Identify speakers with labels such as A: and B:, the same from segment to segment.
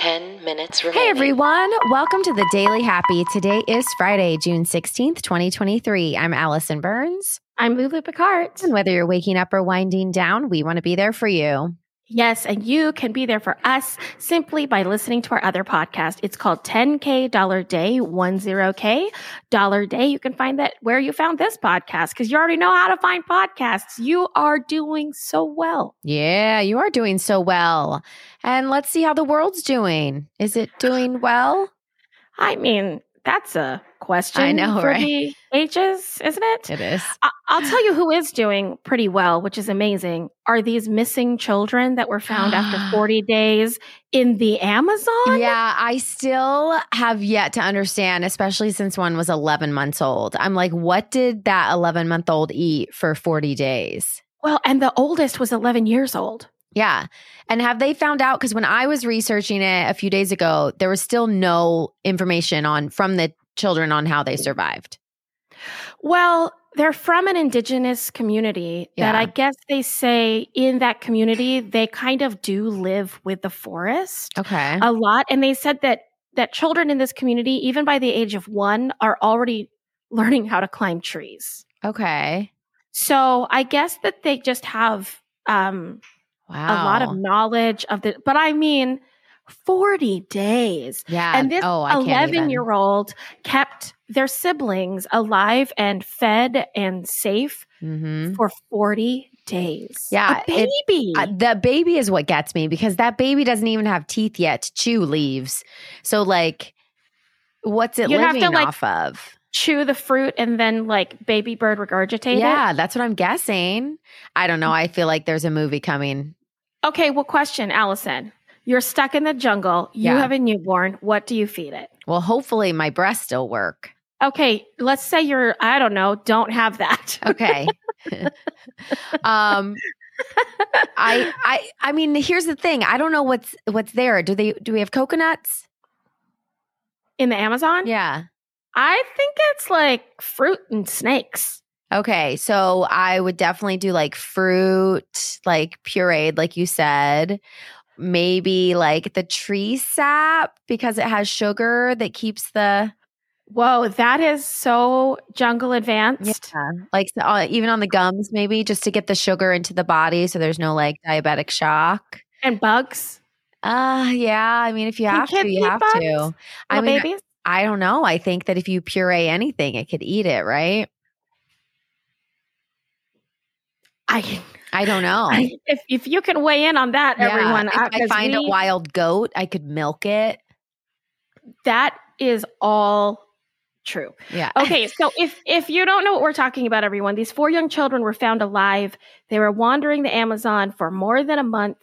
A: 10 minutes remaining.
B: Hey everyone, welcome to the Daily Happy. Today is Friday, June 16th, 2023. I'm Allison Burns.
C: I'm Lulu Picard.
B: And whether you're waking up or winding down, we want to be there for you.
C: Yes, and you can be there for us simply by listening to our other podcast. It's called 10K Dollar Day, 10K Dollar Day. You can find that where you found this podcast because you already know how to find podcasts. You are doing so well.
B: Yeah, you are doing so well. And let's see how the world's doing. Is it doing well?
C: I mean, that's a question.
B: I know,
C: for
B: right?
C: the ages, isn't it?
B: It is.
C: I- I'll tell you who is doing pretty well, which is amazing. Are these missing children that were found after 40 days in the Amazon?
B: Yeah, I still have yet to understand, especially since one was 11 months old. I'm like, what did that 11 month old eat for 40 days?
C: Well, and the oldest was 11 years old.
B: Yeah. And have they found out cuz when I was researching it a few days ago, there was still no information on from the children on how they survived.
C: Well, they're from an indigenous community that
B: Yeah.
C: I guess they say in that community, they kind of do live with the forest
B: Okay.
C: a lot. And they said that, that children in this community, even by the age of one, are already learning how to climb trees.
B: Okay.
C: So I guess that they just have um,
B: Wow.
C: a lot of knowledge of the, but I mean, 40 days.
B: Yeah.
C: And this
B: oh, I can't
C: 11
B: even.
C: year old kept their siblings alive and fed and safe
B: Mhm.
C: for 40 days.
B: Yeah,
C: A
B: it-
C: baby.
B: Uh, the baby is what gets me because that baby doesn't even have teeth yet to chew leaves. So like what's it
C: You'd have to,
B: living
C: like,
B: off of?
C: Chew the fruit and then like baby bird regurgitate it.
B: Yeah, that's what I'm guessing. I don't know. I feel like there's a movie coming.
C: Okay. Well, question, Allison. You're stuck in the jungle. You
B: Yeah.
C: have a newborn. What do you feed it?
B: Well, hopefully my breasts still work.
C: Okay. Let's say you're, I don't know, don't have that.
B: Okay. um I I I mean, here's the thing. I don't know what's what's there. Do they do we have coconuts?
C: In the Amazon?
B: Yeah.
C: I think it's like fruit and snakes.
B: Okay. So I would definitely do like fruit, like pureed like you said. Maybe like the tree sap because it has sugar that keeps the
C: Whoa, that is so jungle advanced.
B: like uh, even on the gums maybe just to get the sugar into the body so there's no like diabetic shock
C: And bugs.
B: uh yeah i mean if you
C: Can
B: have to
C: kids
B: you
C: eat
B: have to
C: bugs?
B: i
C: little
B: mean
C: babies.
B: i don't know i think that if you puree anything it could eat it right
C: I,
B: i don't know
C: I if if you can weigh in on that,
B: Yeah,
C: everyone.
B: if
C: uh,
B: i
C: 'cause
B: find a
C: we-
B: wild goat i could milk it
C: that is all true.
B: yeah
C: Okay, so if if you don't know what we're talking about, everyone, these four young children were found alive. They were wandering the Amazon for more than a month.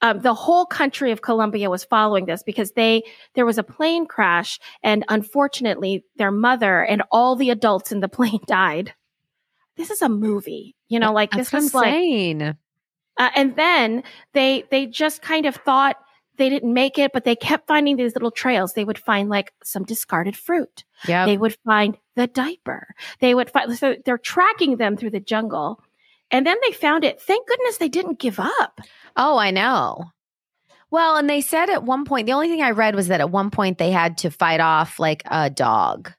C: Um, the whole country of Colombia was following this because they there was a plane crash, and unfortunately, their mother and all the adults in the plane died. This is a movie, you know, like
B: that's
C: this
B: what
C: is
B: i'm
C: like
B: saying
C: uh, and then they they just kind of thought they didn't make it, but they kept finding these little trails. They would find like some discarded fruit.
B: yeah
C: They would find the diaper. They would find so they're tracking them through the jungle. And then they found it. Thank goodness they didn't give up.
B: Oh, I know. Well, and they said at one point, the only thing I read was that at one point they had to fight off like a dog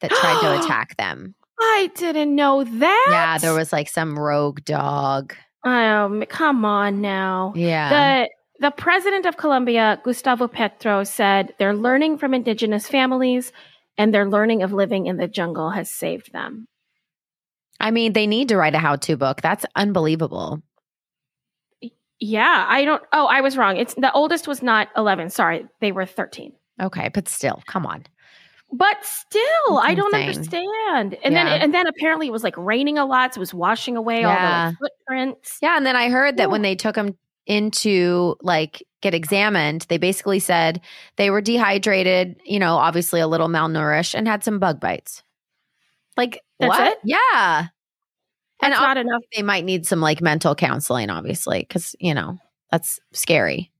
B: that tried to attack them.
C: I didn't know that.
B: Yeah, there was like some rogue dog.
C: Um, come on now.
B: Yeah.
C: The the president of Colombia, Gustavo Petro, said they're learning from indigenous families and their learning of living in the jungle has saved them.
B: I mean, they need to write a how to book. That's unbelievable.
C: Yeah, I don't. Oh, I was wrong. It's the oldest was not 11. Sorry, they were 13.
B: Okay, but still, come on.
C: But still,
B: That's
C: I don't
B: insane.
C: understand. And
B: Yeah.
C: then and then apparently it was like raining a lot, so it was washing away
B: Yeah.
C: all the like, footprints.
B: Yeah. And then I heard that when they took him into like get examined, they basically said they were dehydrated, you know, obviously a little malnourished and had some bug bites. Like,
C: That's
B: what?
C: it?
B: Yeah. and
C: That's not enough.
B: they might need some like mental counseling, obviously, because you know that's scary.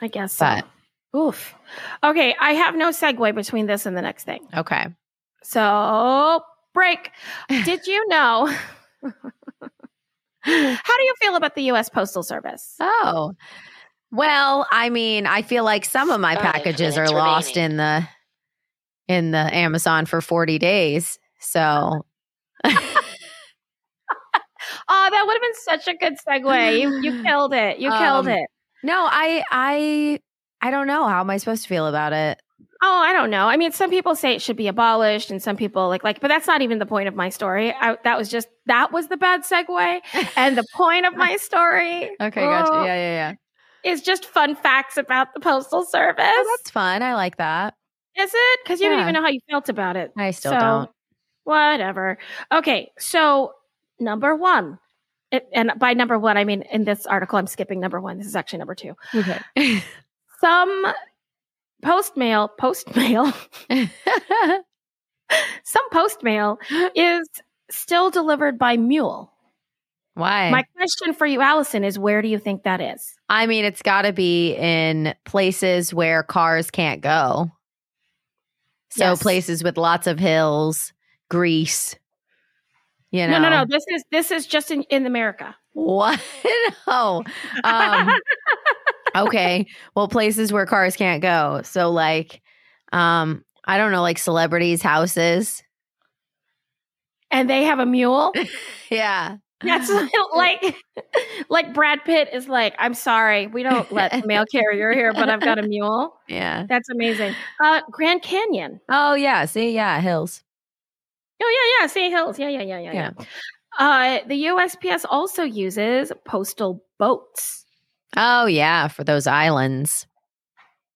C: I guess. So.
B: But
C: Oof. Okay, I have no segue between this and the next thing.
B: okay,
C: So break. Did you know?
B: Uh,
C: How do you feel about the U.S. Postal Service?
B: oh, Well, I mean, I feel like some of my
A: Five
B: packages are
A: minutes
B: lost
A: remaining.
B: in the in the Amazon for 40 days. So
C: Oh, that would have been such a good segue. You you killed it. You killed
B: Um,
C: it.
B: No, I I I don't know how am I supposed to feel about it.
C: Oh, I don't know. I mean, some people say it should be abolished, and some people like like. But that's not even the point of my story. I, that was just that was the bad segue, and the point of my story. oh,
B: yeah, yeah.
C: Is just fun facts about the postal service.
B: Oh, that's fun. I like that.
C: Is it? Because you don't
B: Yeah.
C: even know how you felt about it.
B: I still
C: so,
B: don't.
C: Whatever. Okay, so number one, it, and by number one, I mean in this article, I'm skipping number one. This is actually number two.
B: Okay.
C: Some post mail, post mail, some post mail is still delivered by mule.
B: Why?
C: My question for you, Allison, is where do you think that is?
B: I mean, it's got to be in places where cars can't go. So
C: Yes.
B: places with lots of hills, grease. You know.
C: No, no, no. This is this is just in, in America.
B: What? Oh. Um, okay. Well, places where cars can't go. So like um I don't know like celebrities houses.
C: and they have a mule.
B: Yeah.
C: That's like like Brad Pitt is like, I'm sorry, we don't let the mail carrier here, but I've got a mule.
B: Yeah.
C: That's amazing. Uh Grand Canyon.
B: Oh yeah, see yeah, hills.
C: Oh yeah, yeah, Sea Hills. Yeah, yeah, yeah, yeah, yeah. Uh the USPS also uses postal boats.
B: Oh yeah, for those islands.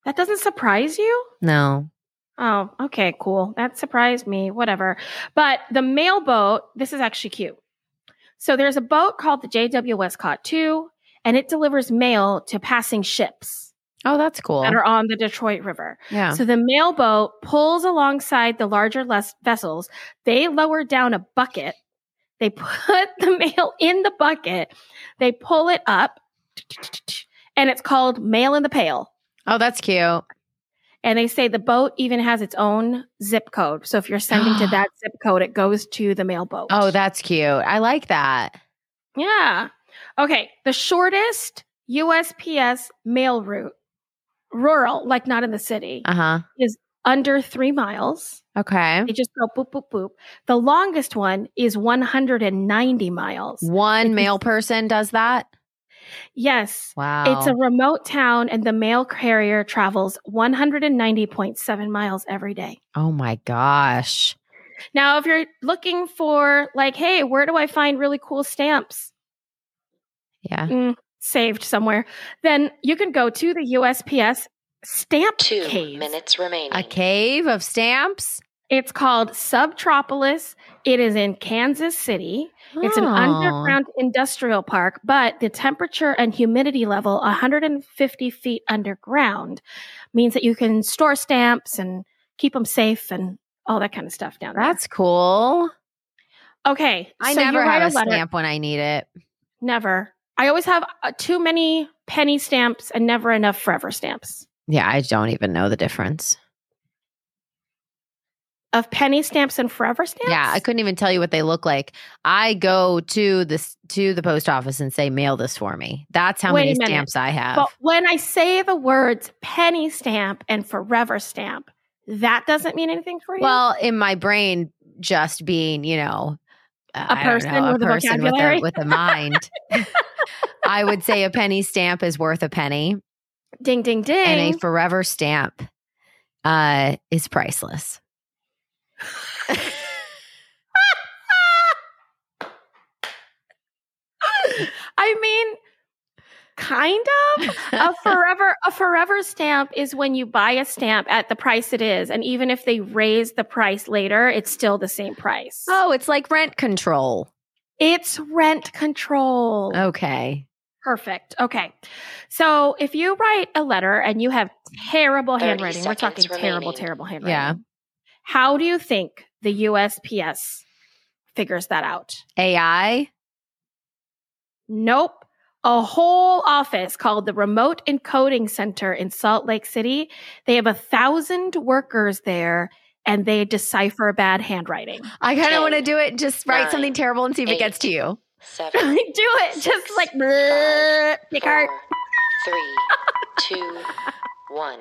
C: That doesn't surprise you?
B: No.
C: Oh, okay, cool. That surprised me. Whatever. But the mail boat, this is actually cute. So there's a boat called the JW Westcott 2, and it delivers mail to passing ships
B: Oh, that's cool.
C: that are on the Detroit River.
B: Yeah.
C: So the mail boat pulls alongside the larger les- vessels. They lower down a bucket. They put the mail in the bucket. They pull it up, and it's called Mail in the Pail.
B: Oh, that's cute.
C: And they say the boat even has its own zip code. So if you're sending to that zip code, it goes to the mail boat.
B: Oh, that's cute. I like that.
C: yeah. Okay. The shortest USPS mail route, rural, like not in the city,
B: Uh-huh.
C: under three miles.
B: Okay.
C: They just go boop, boop, boop. The longest one is 190 miles.
B: One male person does that?
C: Yes.
B: Wow.
C: It's a remote town, and the mail carrier travels 190.7 miles every day.
B: Oh my gosh.
C: Now, if you're looking for, like, hey, where do I find really cool stamps
B: Yeah.
C: saved somewhere, then you can go to the USPS stamp
A: Two
C: cave.
A: minutes remaining.
B: A cave of stamps?
C: It's called Subtropolis. It is in Kansas City. It's an
B: Oh.
C: underground industrial park, but the temperature and humidity level 150 feet underground means that you can store stamps and keep them safe and all that kind of stuff down there.
B: That's cool.
C: okay.
B: I
C: so you
B: never
C: write
B: have a,
C: letter-
B: stamp when I need it.
C: Never. I always have uh, too many penny stamps and never enough forever stamps.
B: Yeah, I don't even know the difference.
C: Of penny stamps and forever stamps?
B: Yeah, I couldn't even tell you what they look like. I go to this to the post office and say, "Mail this for me." That's how
C: Wait
B: many
C: a minute.
B: stamps I have.
C: But when I say the words penny stamp and forever stamp, that doesn't mean anything for you.
B: well, in my brain, just being you know uh,
C: A
B: I don't
C: person
B: know, a
C: with a
B: person with a
C: vocabulary.
B: with a mind. I would say a penny stamp is worth a penny,
C: ding, ding, ding.
B: and a forever stamp uh, is priceless.
C: I mean, kind of. a forever a forever stamp is when you buy a stamp at the price it is, and even if they raise the price later, it's still the same price.
B: Oh, it's like rent control.
C: it's rent control.
B: Okay.
C: Perfect. Okay. So if you write a letter and you have terrible
A: 30
C: handwriting, we're
A: seconds
C: talking terrible,
A: remaining.
C: terrible handwriting.
B: Yeah.
C: How do you think the USPS figures that out?
B: AI.
C: Nope. A whole office called the Remote Encoding Center in Salt Lake City. They have a thousand workers there and they decipher bad handwriting.
B: I kind
A: Ten,
B: of want to do it. Just write
A: nine,
B: something terrible and see if it gets
A: eight,
B: to you.
C: do
A: Seven.
C: it just
A: Six,
C: like
A: five,
C: pick art.
A: four, three, two, one.